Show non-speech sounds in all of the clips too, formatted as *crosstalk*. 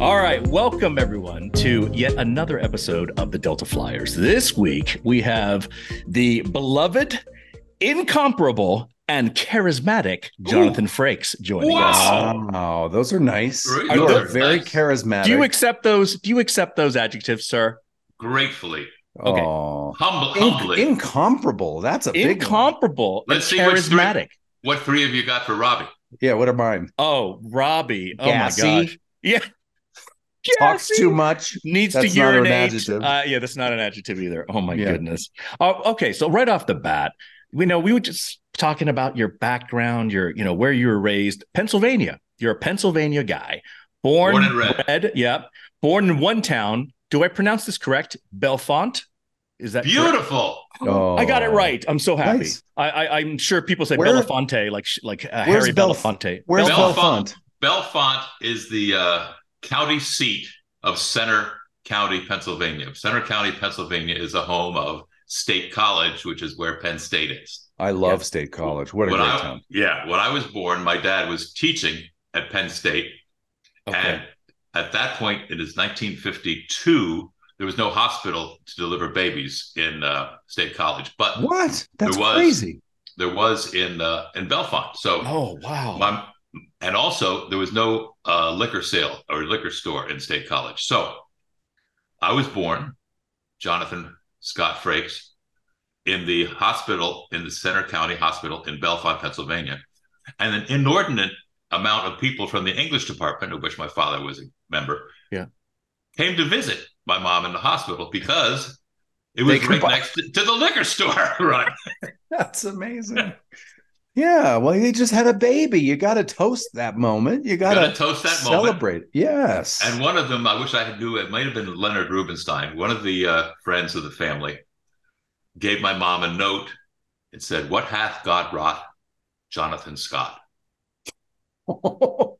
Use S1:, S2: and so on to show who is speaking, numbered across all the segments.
S1: right, welcome everyone to yet another episode of the Delta Flyers. This week we have the beloved, incomparable, and charismatic Jonathan Frakes joining us.
S2: Wow, those are nice.
S3: Great.
S2: You
S1: Those
S2: are
S1: are
S2: very
S3: nice.
S2: charismatic.
S1: Do you accept those? Do you accept those adjectives, sir?
S3: Gratefully,
S1: okay.
S2: Aw.
S3: humble,
S2: In-
S3: humbly.
S2: incomparable. That's a big one.
S1: Incomparable, and
S3: Let's see what's three-
S1: charismatic.
S3: what three of you got for Robbie?
S2: Yeah, what are mine?
S1: Oh, Robbie. Oh
S2: Gassy.
S1: my gosh. Yeah.
S2: Talks
S1: Gassy.
S2: too much.
S1: needs
S2: That's
S1: to
S2: not an
S1: urinate.
S2: adjective.
S1: Uh, yeah, that's not an adjective either. Oh my
S2: Yeah.
S1: goodness. Oh, okay, so right off the bat, we know we were just talking about your background, your you know where you were raised, Pennsylvania. You're a Pennsylvania guy, born,
S3: Born and bred.
S1: bred. Yep, born in one town. Do I pronounce this correct? Belfont. Is that correct?
S3: Beautiful.
S2: Oh.
S1: I got it right. I'm so happy.
S2: Nice.
S1: I, I I'm sure people say
S2: Where-
S1: Belafonte like sh- like uh,
S2: Where's
S1: Harry
S2: Belf-
S1: Belafonte.
S2: Where's
S1: Bel-
S2: Belfont?
S3: Belfont. Belfont is the uh, county seat of Center County, Pennsylvania. Center County, Pennsylvania is the home of State College, which is where Penn State is.
S2: I love
S1: Yeah.
S2: State College. What a
S3: When
S2: great
S3: I-
S2: town.
S3: Yeah. When I was born, my dad was teaching at Penn State. And
S1: Okay.
S3: at that point, it is 1952. There was no hospital to deliver babies in uh, State College, but
S2: What? That's
S3: was.
S2: crazy.
S3: there was in uh, in Belfont. So
S1: Oh wow.
S3: my, and also there was no uh, liquor sale or liquor store in State College. So I was born, Jonathan Scott Frakes, in the hospital in the Center County Hospital in Belfont, Pennsylvania, and an inordinate amount of people from the English department, of which my father was a member,
S1: Yeah.
S3: came to visit my mom in the hospital because. It
S2: They
S3: was
S2: could
S3: right
S2: buy-
S3: next to, to the liquor store, *laughs* right?
S2: That's amazing. yeah. Well, you just had a baby. You got to toast that moment. You got
S3: Gotta
S2: to
S3: toast that moment.
S2: celebrate. Yes.
S3: And one of them, I wish I had knew, it might have been Leonard Rubenstein, one of the uh, friends of the family, gave my mom a note and said, What hath God wrought Jonathan Scott?
S2: *laughs* wow.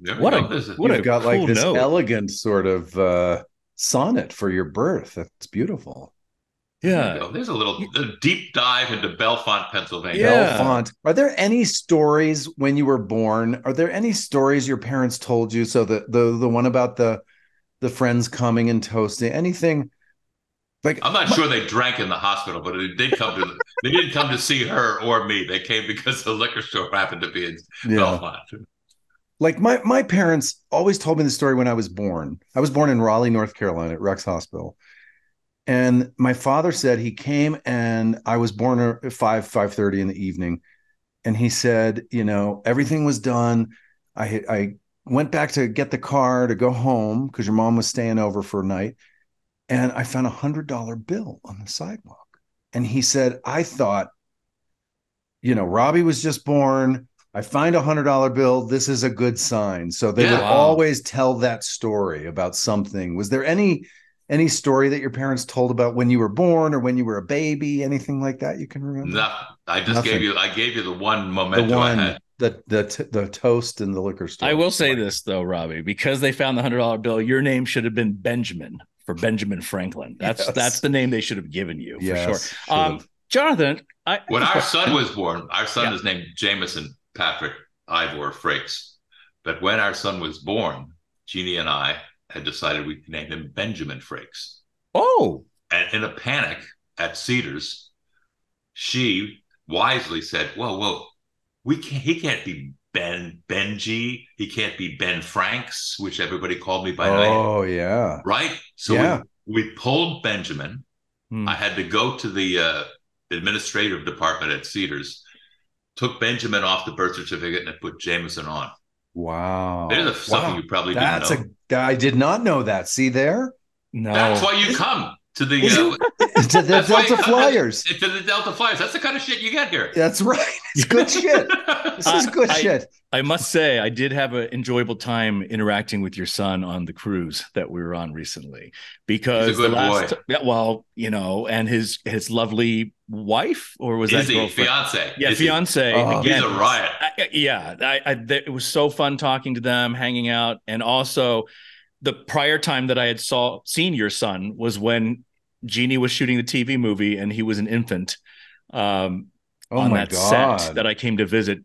S3: There
S1: What
S3: we
S1: a-
S3: go. This is-
S1: what a
S2: You've got
S1: cool
S2: like this
S1: note.
S2: elegant sort of uh, sonnet for your birth. That's beautiful.
S3: there
S1: yeah.
S3: you go. There's a little a deep dive into Belfont, Pennsylvania.
S1: Yeah.
S2: Belfont. Are there any stories when you were born? Are there any stories your parents told you? So the the the one about the the friends coming and toasting. Anything like
S3: I'm not sure they drank in the hospital, but it did come to they didn't come to see her or me. They came because the liquor store happened to be in
S2: you know,
S3: Belfont.
S2: like my my parents always told me the story when I was born. I was born in Raleigh, North Carolina, at Rex Hospital, and my father said he came and I was born at five five thirty in the evening, and he said, you know, everything was done. I I went back to get the car to go home because your mom was staying over for a night, and I found a hundred dollar bill on the sidewalk, and he said, I thought, you know, Robbie was just born. I find a hundred dollar bill. This is a good sign. So they
S3: Yeah.
S2: would
S1: Wow.
S2: always tell that story about something. Was there any any story that your parents told about when you were born or when you were a baby? Anything like that you can remember?
S3: No, I just
S2: Nothing.
S3: gave you I gave you the one
S2: the
S3: memento I had.
S2: one the the t- the toast in the liquor store.
S1: I will say this though, Robbie, because they found the hundred dollar bill, your name should have been Benjamin for Benjamin Franklin. That's
S2: Yes.
S1: that's the name they should have given you for sure.
S2: Yes, sure.
S1: Um, Jonathan, I
S3: When our
S2: *laughs*
S3: son was born, our son
S1: Yeah.
S3: is named Jameson Patrick Ivor Frakes. But when our son was born, Jeannie and I had decided we'd name him Benjamin Frakes.
S1: oh
S3: And in a panic at Cedars, she wisely said, Whoa, whoa, we can't he can't be Ben Benji. He can't be Ben Franks, which everybody called me by night.
S2: oh yeah.
S3: Right? So
S2: Yeah.
S3: we, we pulled Benjamin
S1: Hmm.
S3: I had to go to the uh, administrative department at Cedars, took Benjamin off the birth certificate, and I put Jameson on.
S1: Oh,
S2: Wow.
S3: There's a, something
S2: Wow.
S3: you probably
S2: That's
S3: didn't know.
S2: a I did not know that.
S3: *laughs*
S2: See there?
S1: no.
S3: That's why you come to the
S2: Is
S3: uh,
S2: to the
S3: That's why it
S2: Delta
S3: comes-
S2: Flyers.
S3: to the Delta Flyers. That's the kind of shit you get *laughs* here.
S2: That's right. It's good shit. This is
S1: Uh, I-
S2: good
S1: I-
S2: shit.
S1: I must say I did have an enjoyable time interacting with your son on the cruise that we were on recently because
S3: good
S1: the last
S3: boy.
S1: yeah, well, you know, and his his lovely wife or was that
S3: Izzy,
S1: girlfriend?
S3: fiance.
S1: Yeah,
S3: Izzy.
S1: fiance.
S2: Oh,
S3: He's
S1: again,
S3: a riot.
S1: I, I- yeah, I, I th- it was so fun talking to them, hanging out, and also the prior time that I had saw seen your son was when Jeannie was shooting the TV movie and he was an infant um,
S2: Oh
S1: on
S2: my
S1: that
S2: god.
S1: set that I came to visit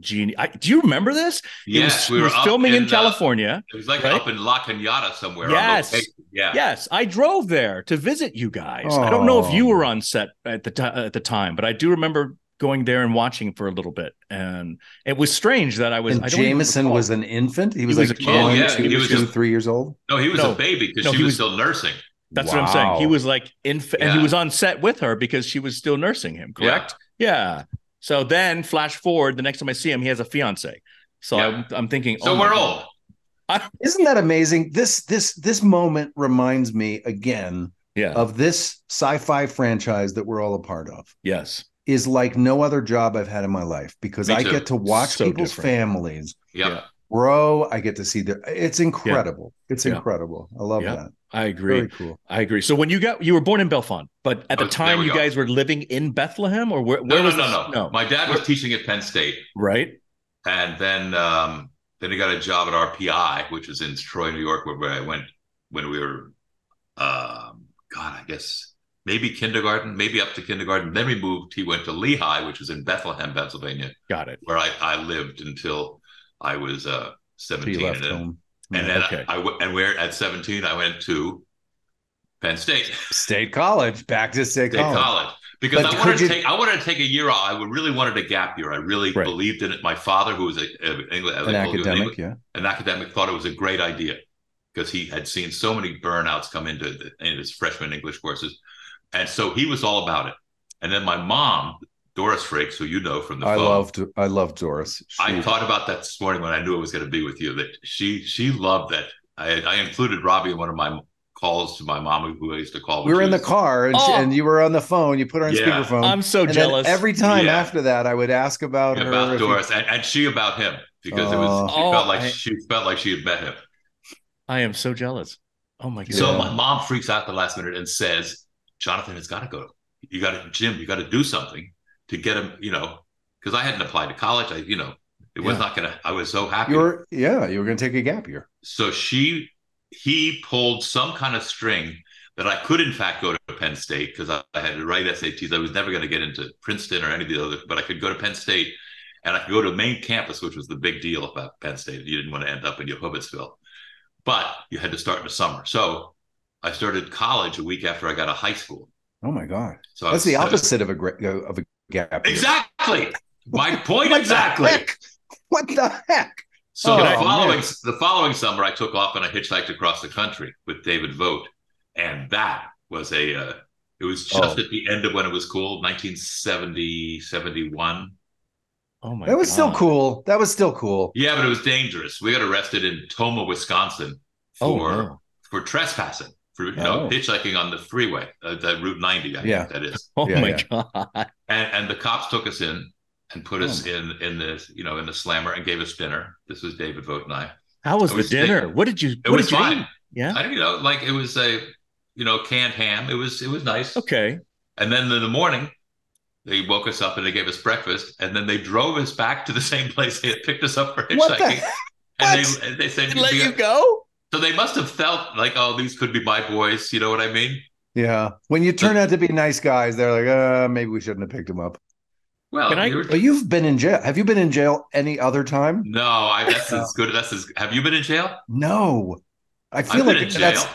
S1: genius. I, do you remember this?
S3: Yes,
S1: it was, we were
S3: up
S1: filming in,
S3: uh,
S1: California.
S3: it was like
S1: right?
S3: up in La Cañada somewhere. on
S1: Yes.
S3: location. yeah.
S1: Yes, I drove there to visit you guys. I don't know if you
S2: Oh.
S1: were on set at the ti- at the time, but I do remember going there and watching for a little bit. And it was strange that I was.
S2: and
S1: I don't even
S2: Jameson
S1: recall.
S2: was an infant. He was,
S1: was
S2: like
S1: a kid.
S2: one,
S3: Oh, yeah,
S2: two,
S3: he was
S2: two,
S3: just-
S2: three years old.
S3: No, he was
S1: No.
S3: a baby because
S1: No,
S3: she
S1: he
S3: was,
S1: was-
S3: still nursing.
S1: That's what I'm saying. He
S2: Wow.
S1: was like infant, and he
S3: Yeah.
S1: was on set with her because she was still nursing him.
S3: Yeah.
S1: Correct? Yeah. So then, flash forward. The next time I see him, he has a fiance. So
S3: Yeah.
S1: I'm, I'm thinking.
S3: So
S1: oh my
S3: we're
S1: God.
S3: old.
S2: Isn't that amazing? This this this moment reminds me again
S1: Yeah.
S2: of this sci-fi franchise that we're all a part of.
S1: yes.
S2: Is like no other job I've had in my life because
S3: Me
S2: I
S3: too.
S2: get to watch
S1: So
S2: people's
S1: different.
S2: families
S3: Yep.
S1: Yeah.
S2: grow. I get to see their. It's incredible. It's
S1: Yeah.
S2: incredible. I love
S1: Yeah.
S2: that.
S1: I agree.
S2: Very cool.
S1: I agree. So when you got you were born in Belfont, but at the
S3: Oh, there
S1: time
S3: we
S1: you
S3: go.
S1: guys were living in Bethlehem, or where?
S3: No,
S1: where
S3: no,
S1: was
S3: no,
S1: this-
S3: no, My dad was teaching at Penn State,
S1: right.
S3: and then um, then he got a job at RPI, which was in Troy, New York, where, where I went when we were, um, God, I guess maybe kindergarten, maybe up to kindergarten. Then we moved. He went to Lehigh, which was in Bethlehem, Pennsylvania,
S1: Got it.
S3: where I, I lived until I was uh,
S2: So you
S3: seventeen.
S2: left
S3: and then-
S2: home.
S3: And then
S1: Okay.
S3: I, I w- and where at 17 I went to Penn State,
S2: State College. Back to State,
S3: State
S2: College.
S3: College because
S2: Oh. But
S3: I wanted
S2: could
S3: to
S2: you-
S3: take I wanted to take a year off. I really wanted a gap year. I really
S1: Right.
S3: believed in it. My father, who was a, a English,
S2: An academic. Yeah.
S3: an academic, thought it was a great idea because he had seen so many burnouts come into the, in his freshman English courses, and so he was all about it. And then my mom, Doris Frakes, who you know from the
S2: I
S3: phone,
S2: loved. I loved Doris.
S3: I
S2: She-
S3: thought about that this morning when I knew it was going to be with you. That she she loved that. I, I included Robbie in one of my calls to my mom, who I used to call.
S2: we
S3: when
S2: were
S3: she
S2: in the
S3: was-
S2: car, and, she-
S1: Oh.
S2: and you were on the phone. You put her on
S3: Yeah.
S2: speakerphone.
S1: I'm so
S2: Um, and then
S1: jealous.
S2: every time
S3: Yeah.
S2: after that, I would ask about her.
S3: about
S2: if he-
S3: Doris and, and she about him because it
S2: Oh.
S3: was she
S1: Oh,
S3: felt like
S1: I-
S3: she felt like she had met him.
S1: I am so jealous. Oh my god.
S3: So
S2: Yeah.
S3: my mom freaks out at the last minute and says, "Jonathan has got to go. You got to Jim. You got to do something to get him. You know, because I hadn't applied to college. I you know it was
S1: Yeah.
S3: not gonna. I was so happy.
S2: you were yeah. You were going to take a gap year.
S3: so she he pulled some kind of string that I could in fact go to Penn State because I, I had to write SATs. I was never going to get into Princeton or any of the other, but I could go to Penn State and I could go to main campus, which was the big deal about Penn State. You didn't want to end up in Yehovahsville, but you had to start in the summer. So I started college a week after I got out of high school.
S2: Oh my god,
S3: So I
S2: that's the
S3: was-
S2: opposite of a gra- of a gap. year.
S3: Exactly. My
S2: *laughs*
S3: point
S2: What the
S3: exactly.
S2: heck? What the heck?
S3: So
S2: Oh,
S3: the
S2: man.
S3: following the following summer, I took off and I hitchhiked across the country with David Vogt, and that was a. Uh, it was just at the end of when it was cool, 1970, 71.
S1: oh my
S2: That was still
S1: God.
S2: cool. That was still cool.
S3: Yeah, but it was dangerous. We got arrested in Toma, Wisconsin,
S1: Oh,
S3: for
S1: no.
S3: for trespassing, for you know,
S2: Oh.
S3: hitchhiking on the freeway, uh, the Route 90. I
S2: Yeah.
S3: think that is.
S1: oh
S2: Yeah,
S1: my
S2: yeah.
S1: god.
S3: and and the cops took us in and put us
S1: Oh.
S3: in in the you know in the slammer and gave us dinner. This was David Vogt and I.
S1: How was
S3: It
S1: the
S3: was
S1: dinner?
S3: thick.
S1: What did you?
S3: It
S1: what
S3: was
S1: did you
S3: fine.
S1: eat? Yeah.
S3: I don't you know like it was a you know canned ham. It was it was nice.
S1: Okay.
S3: And then in the morning, they woke us up and they gave us breakfast, and then they drove us back to the same place they had picked us up for
S2: What the
S3: hitchhiking.
S2: heck?
S3: and
S2: What?
S3: they and they said
S1: They let you go.
S3: so they must have felt like oh these could be my boys. You know what I mean?
S2: Yeah. When you turn out to be nice guys, they're like, uh, maybe we shouldn't have picked him up.
S3: Well,
S1: Can I-
S3: you were-
S2: But you've been in jail. Have you been in jail any other time?
S3: no, I,
S1: *laughs*
S3: that's as good. That's as. Have you been in jail?
S2: No. I feel
S3: I've been
S2: like
S3: in jail.
S2: that's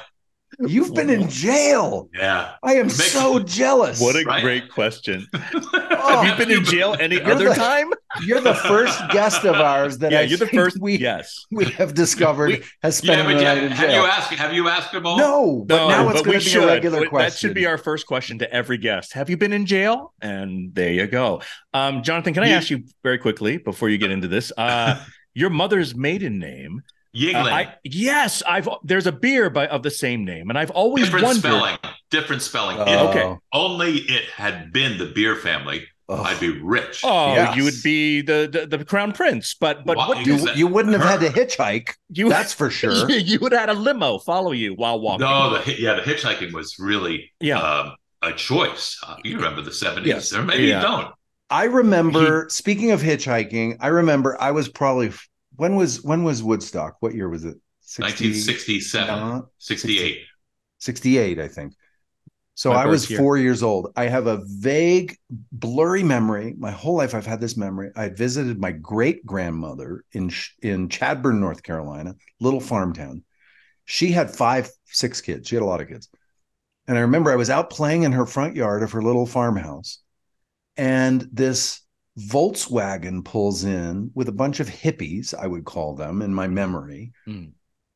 S2: you've been in jail.
S3: Yeah.
S2: I am
S3: It makes-
S2: so jealous.
S1: What a
S3: Right. Oh.
S1: great
S3: *laughs*
S1: question.
S2: Oh.
S1: Have you been in jail any
S2: You're
S1: other
S2: the-
S1: time?
S2: You're the first guest of ours that
S1: yeah,
S2: I
S1: you're the
S2: think
S1: first.
S2: we
S1: yes.
S2: we have discovered
S1: We-
S2: has
S3: Yeah,
S2: spent
S3: but
S2: the
S3: yeah,
S2: night in
S3: have you
S2: jail.
S3: asked? Have you asked them all?
S2: No, but now it's
S1: but we
S2: going to be
S1: should.
S2: a regular
S1: That-
S2: question.
S1: That should be our first question to every guest. Have you been in jail? And there you go. Um, Jonathan, can I
S3: You-
S1: ask you very quickly before you get into this?
S3: *laughs*
S1: Uh, your mother's maiden name? uh,
S3: Yingling.
S1: I, yes, I've there's a beer by of the same name, and I've always
S3: different
S1: wondered. Oh,
S3: spelling. Different spelling.
S2: Uh,
S3: If
S1: okay.
S3: only it had been the beer family,
S2: ugh.
S3: I'd be rich.
S1: Oh,
S2: Yes.
S1: you would be the, the the crown prince, but but
S3: Why?
S1: what do
S2: you, you wouldn't
S1: *laughs*
S2: have had to hitchhike.
S1: you? *laughs*
S2: That's for sure.
S1: you would have had a limo follow you while walking.
S3: no, the hi- yeah, the hitchhiking was really
S1: Yeah.
S3: um, a choice. Uh, you remember the seventies,
S2: Yes.
S3: or maybe
S1: Yeah.
S3: you don't.
S2: I remember speaking of hitchhiking, I remember I was probably when was when was Uh, Woodstock? What year was it? 60
S3: 1967,
S2: no,
S3: 68.
S2: 68, I think. So
S4: My
S2: I was
S4: birth year.
S2: four years old. I have a vague, blurry memory. My whole life, I've had this memory. I had visited my great grandmother in Sh- in Chadburn, North Carolina, little farm town. She had five, six kids. She had a lot of kids, and I remember I was out playing in her front yard of her little farmhouse, and this Volkswagen pulls in with a bunch of hippies. I would call them in my memory.
S1: Mm.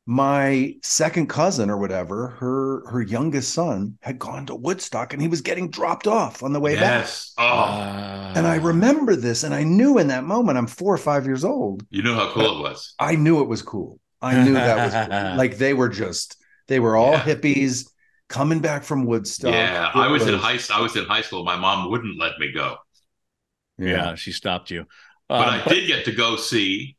S2: My second cousin or whatever, her her youngest son had gone to Woodstock and he was getting dropped off on the way back.
S3: yes.
S1: Uh,
S3: Oh,
S2: And I remember this, and I knew in that moment, I'm four or five years old.
S3: you know how cool it
S2: *laughs*
S3: was.
S2: I knew it was cool. I knew that
S1: *laughs*
S2: was cool. like they were just they were all
S3: Yeah.
S2: hippies coming back from Woodstock.
S3: yeah, I
S2: It
S3: was in high. I was in high school. My mom wouldn't let me go,
S1: yeah. she stopped you.
S3: but
S1: Um,
S3: I did get to go see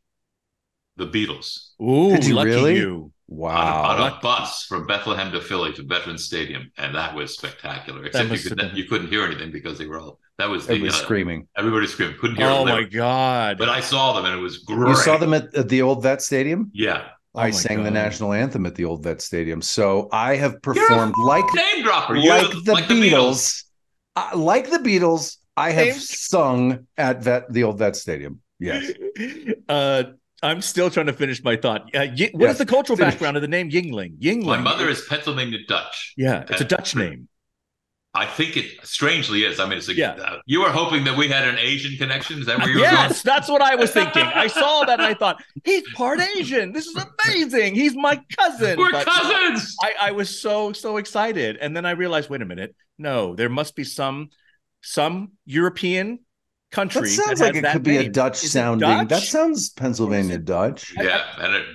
S3: the Beatles
S1: Ooh,
S2: Did you
S1: lucky
S2: really?
S1: you.
S3: on, a, on
S2: Wow.
S3: a bus from Bethlehem to Philly to Veterans Stadium, and that was spectacular. Except
S1: must
S3: you,
S1: have
S3: could,
S1: been-
S3: you couldn't hear anything because they were all. That was the
S2: Everybody
S3: uh,
S2: screaming.
S3: everybody screamed. Couldn't hear.
S1: Oh
S3: them. They
S1: my
S3: were-
S1: god.
S3: But I saw them, and it was great.
S2: You saw them at, at the old vet stadium?
S3: Yeah,
S1: Oh
S2: I
S1: my
S2: sang the
S1: God.
S2: national anthem at the old vet stadium. So I have performed like
S3: name dropper. You're
S2: like the, Beatles. I- like the Beatles, I have
S1: Same.
S2: sung at vet the old vet stadium. Yes.
S1: *laughs* Uh, I'm still trying to finish my thought. Uh, Yi- what is
S2: Yes,
S1: the cultural
S2: finish.
S1: background of the name Yingling? Yingling.
S3: My mother is Pennsylvania Dutch.
S1: Yeah, it's a Dutch name.
S3: I think it strangely is. I mean, it's like
S1: Yeah.
S3: uh, you were hoping that we had an Asian connection. Is that where you were going?
S1: Yes, that's what I was thinking.
S3: *laughs*
S1: I saw that and I thought, he's part Asian. This is amazing. He's my cousin.
S3: We're
S1: But-
S3: cousins.
S1: I, I was so so excited, and then I realized, wait a minute, no, there must be some some European country.
S2: That sounds
S1: has
S2: like it
S1: that
S2: could be a
S1: name.
S2: Dutch
S1: Is it
S2: sounding. That
S1: Dutch?
S2: sounds Pennsylvania Dutch.
S3: yeah, and it,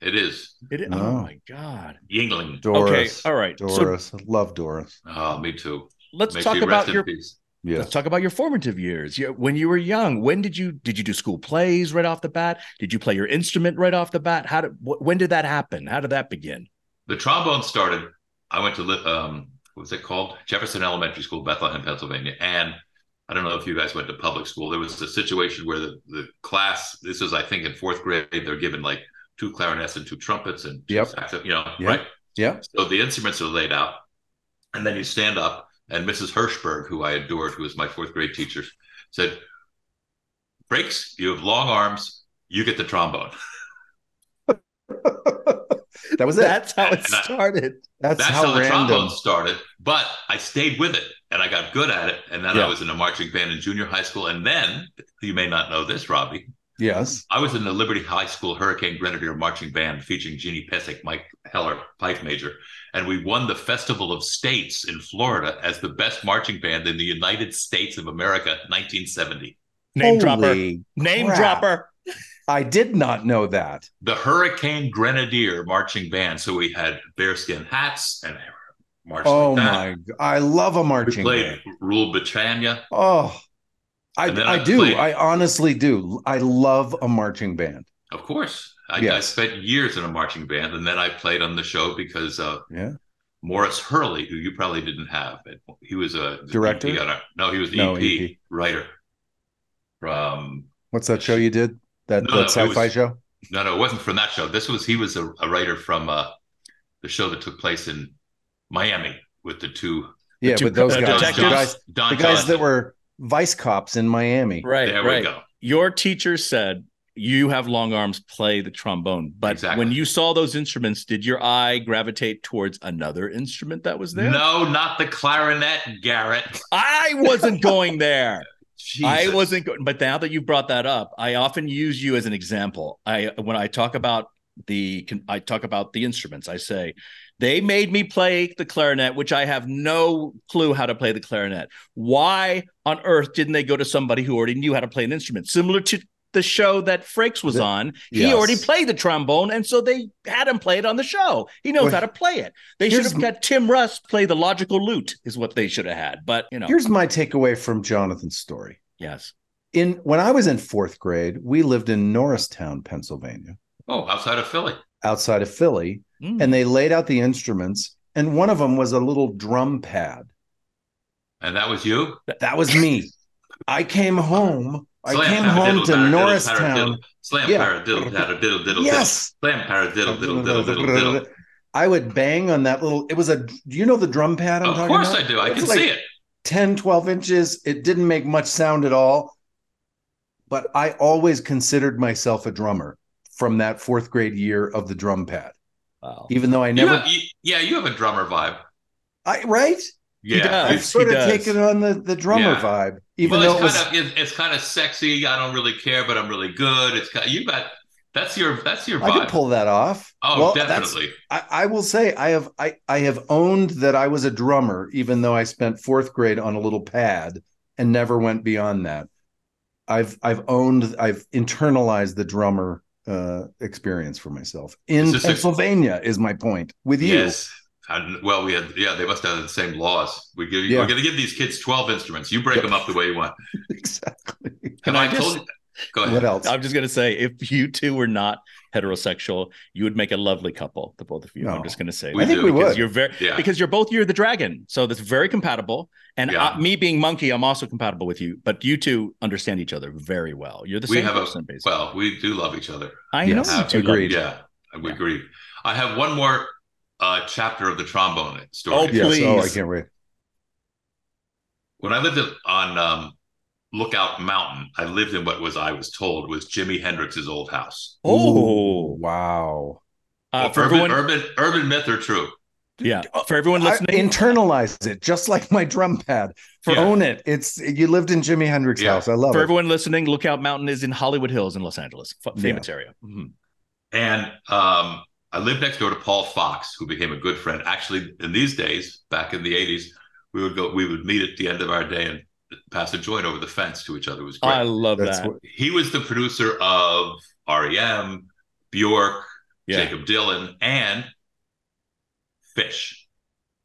S3: it is
S1: It, Oh
S2: No.
S1: my god.
S3: Yingling.
S2: Doris.
S1: Okay, all right. So
S2: Doris. Love Doris.
S3: Oh, me too.
S1: let's
S3: May
S1: talk
S3: she rest
S1: about
S3: in
S1: your
S3: peace.
S1: let's
S2: Yes.
S1: talk about your formative years. You- When you were young, when did you did you do school plays right off the bat? Did you play your instrument right off the bat? How did wh- when did that happen? How did that begin?
S3: The trombone started. I went to li- um, what was it called? Jefferson Elementary School, Bethlehem, Pennsylvania. And I don't know if you guys went to public school. There was a situation where the, the class. This is, I think, in fourth grade. They're given like two clarinets and two trumpets and two
S2: Yep.
S3: saxo- You know,
S2: Yep.
S3: right?
S2: Yeah.
S3: So the instruments are laid out, and then you stand up, and Mrs. Hirschberg, who I adored, who was my fourth grade teacher, said, "Breaks, you have long arms. You get the trombone."
S2: *laughs* that was it.
S1: That's how it
S3: And I-
S1: started.
S2: That's,
S3: That's
S2: how,
S3: how, the
S2: random.
S3: trombone started. But I stayed with it, and I got good at it, and then
S1: Yeah.
S3: I was in a marching band in junior high school, and then you may not know this, Robbie.
S2: Yes.
S3: I was in the Liberty High School Hurricane Grenadier Marching Band featuring Jeannie Pesic, Mike Heller, pipe major, and we won the Festival of States in Florida as the best marching band in the United States of America, 1970.
S1: Name dropper.
S2: Holy-
S1: Name
S2: crap.
S1: dropper.
S2: I did not know that.
S3: The Hurricane Grenadier Marching Band. So we had bearskin hats and marched.
S2: Oh
S3: like that.
S2: my! g- I love a
S3: We
S2: marching
S3: played
S2: band.
S3: Rule Britannia.
S2: Oh, I,
S3: And then
S2: I,
S3: I
S2: do.
S3: played-
S2: I honestly do. I love a marching band.
S3: Of course, I, I
S2: Yes.
S3: spent years in a marching band, and then I played on the show because uh,
S2: Yeah.
S3: Morris Hurley, who you probably didn't have, but he was a
S2: Director?
S3: he got a- no, he was the
S2: No, E
S3: EP,
S2: EP.
S3: writer from.
S2: What's that show you did? That,
S3: No,
S2: that
S3: no, it
S2: sci-fi
S3: was-
S2: show?
S3: No, no, it wasn't from that show. This was he was a, a writer from uh, the show that took place in Miami with the two
S2: Yeah,
S1: two
S2: but those
S1: co- uh,
S2: guys, the
S1: detectives?
S2: guys,
S3: Don
S2: the guys
S3: Johnson.
S2: that were vice cops in Miami.
S1: Right.
S3: there
S1: right.
S3: we go.
S1: your teacher said you have long arms play the trombone but
S3: Exactly.
S1: when you saw those instruments did your eye gravitate towards another instrument that was there
S3: No, not the clarinet, Garrett.
S1: i wasn't going there i
S3: Jesus.
S1: wasn't going but now that you brought that up i often use you as an example i when i talk about the i talk about the instruments i say they made me play the clarinet which i have no clue how to play the clarinet why on earth didn't they go to somebody who already knew how to play an instrument similar to the show that Frakes was
S2: The-
S1: on, he
S2: Yes.
S1: already played the trombone, and so they had him play it on the show. He knows
S2: Well,
S1: how to play it. They should
S2: here's
S1: have got Tim Russ play the logical lute, is what they should have had. But you know,
S2: Here's my takeaway from Jonathan's story.
S1: yes,
S2: in when I was in fourth grade, we lived in Norristown, Pennsylvania,
S3: Oh, outside of Philly.
S2: outside of Philly,
S1: Mm.
S2: and they laid out the instruments, and one of them was a little drum pad.
S3: And that was you?
S2: That was me. I came home. I came
S3: paradiddle,
S2: home to
S3: paradiddle,
S2: Norristown.
S3: paradiddle. Slam
S2: Yeah.
S3: paradiddle, paradiddle, diddle.
S2: Yes.
S3: Slam paradiddle, diddle, diddle, diddle, diddle.
S2: I would bang on that little. It was a. Do you know the drum pad I'm
S3: of
S2: talking
S3: course
S2: about?
S3: I do. I
S2: It's
S3: can
S2: like-
S3: see it.
S2: 10, 12 inches. It didn't make much sound at all. But I always considered myself a drummer from that fourth grade year of the drum pad,
S1: Wow.
S2: even though I
S3: You
S2: never,
S3: have- you- yeah, you have a drummer vibe.
S2: I, right?
S1: He
S3: Yeah,
S1: does.
S2: I've
S1: he
S2: sort of
S1: does.
S2: taken on the, the drummer
S3: Yeah.
S2: vibe, even
S3: well,
S2: though it
S3: it's
S2: was,
S3: kind of it- it's kind of sexy. I don't really care, but I'm really good. It's kind you got that's your that's your
S2: I could
S3: vibe.
S2: pull that off.
S3: Oh,
S2: Well, that's-
S3: definitely.
S2: I, I will say I have I, I have owned that I was a drummer, even though I spent fourth grade on a little pad and never went beyond that. I've I've owned I've internalized the drummer uh, experience for myself in
S3: Is this a-
S2: Pennsylvania is my point with you.
S3: Yes. And, well, we had yeah. They must have the same laws. We give
S2: Yeah.
S3: we're going to give these kids twelve instruments. You break
S2: Yep.
S3: them up the way you want.
S2: *laughs* Exactly.
S1: Can
S3: Have I,
S1: I just-
S3: told you? Go ahead.
S2: What else?
S1: I'm just gonna say, if you two were not heterosexual, you would make a lovely couple, the both of you. I'm
S2: No.
S1: just gonna say,
S3: We
S2: I
S1: that
S2: think
S3: do,
S2: we
S1: because
S2: would.
S1: you're very
S3: Yeah.
S1: because you're both you're the dragon, so that's very compatible. And
S3: Yeah.
S1: uh, me being monkey, I'm also compatible with you. But you two understand each other very well. You're the
S3: We
S1: same
S3: have a-
S1: person, basically.
S3: Well, we do love each other.
S1: I
S2: Yes.
S1: know you two. love
S2: Agreed.
S1: each
S3: Yeah, we agree. I have one more uh, chapter of the trombone story.
S1: Oh,
S2: yes. Oh, I
S1: please.
S2: can't wait.
S3: When I lived in- on um, Lookout Mountain, I lived in what was I was told was Jimi Hendrix's old house.
S2: Ooh,
S1: Oh,
S2: wow.
S1: uh,
S3: Well,
S1: for
S3: urban,
S1: everyone,
S3: urban urban myth or true?
S1: yeah, for everyone
S2: I
S1: listening,
S2: internalize it just like my drum pad.
S3: For-
S2: Own it. It's you lived in Jimi Hendrix's
S3: Yeah.
S2: house. I love
S1: for
S2: it.
S1: everyone listening, Lookout Mountain is in Hollywood Hills in Los Angeles, F- famous area. Mhm.
S3: And um, I lived next door to Paul Fox, who became a good friend. Actually, in these days, back in the '80s, we would go, we would meet at the end of our day and pass a joint over the fence to each other. It was great.
S1: Oh, I love
S2: That's
S1: that.
S2: what-
S3: he was the producer of REM, Bjork,
S1: yeah.
S3: Jacob Dylan, and Fish.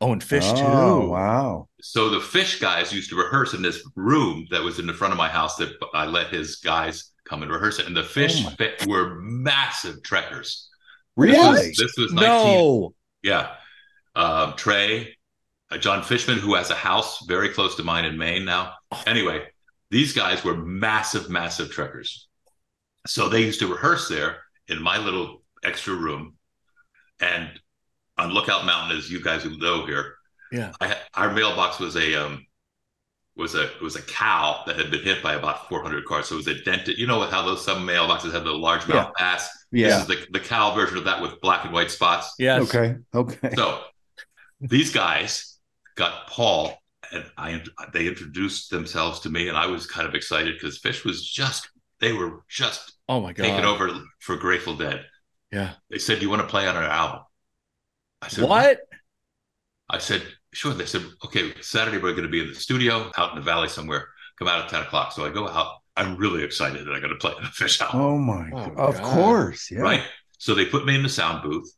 S1: Oh, and fish
S2: Oh,
S1: too.
S2: Wow.
S3: So the Fish guys used to rehearse in this room that was in the front of my house that I let his guys come and rehearse it. And the Fish
S2: Oh my-
S3: fi- were massive trekkers. This was-
S2: Really?
S3: This was 19.
S1: No.
S3: Yeah. Um, Trey, uh, John Fishman, who has a house very close to mine in Maine now.
S2: Oh.
S3: Anyway, these guys were massive, massive trekkers. So they used to rehearse there in my little extra room. And on Lookout Mountain, as you guys who know here,
S1: Yeah.
S3: I, ha- our mailbox was a um, was a was a cow that had been hit by about 400 cars. So it was a dented. You know how those some mailboxes have the large mouth pass.
S2: Yeah.
S3: This is the, the cow version of that with black and white spots.
S1: Yes.
S2: Okay. Okay.
S3: So these guys got Paul and I they introduced themselves to me and I was kind of excited because Fish was just they were just
S1: Oh my god.
S3: taking over for Grateful Dead.
S1: Yeah.
S3: They said, Do you want to play on our album? I said,
S1: What?
S3: I said, sure. They said, okay, Saturday we're going to be in the studio out in the valley somewhere. Come out at 10 o'clock. So I go out. I'm really excited that I got to play on the fish album.
S2: Oh my
S1: Oh,
S2: god. Of
S1: God.
S2: course. Yeah.
S3: right? So they put me in the sound booth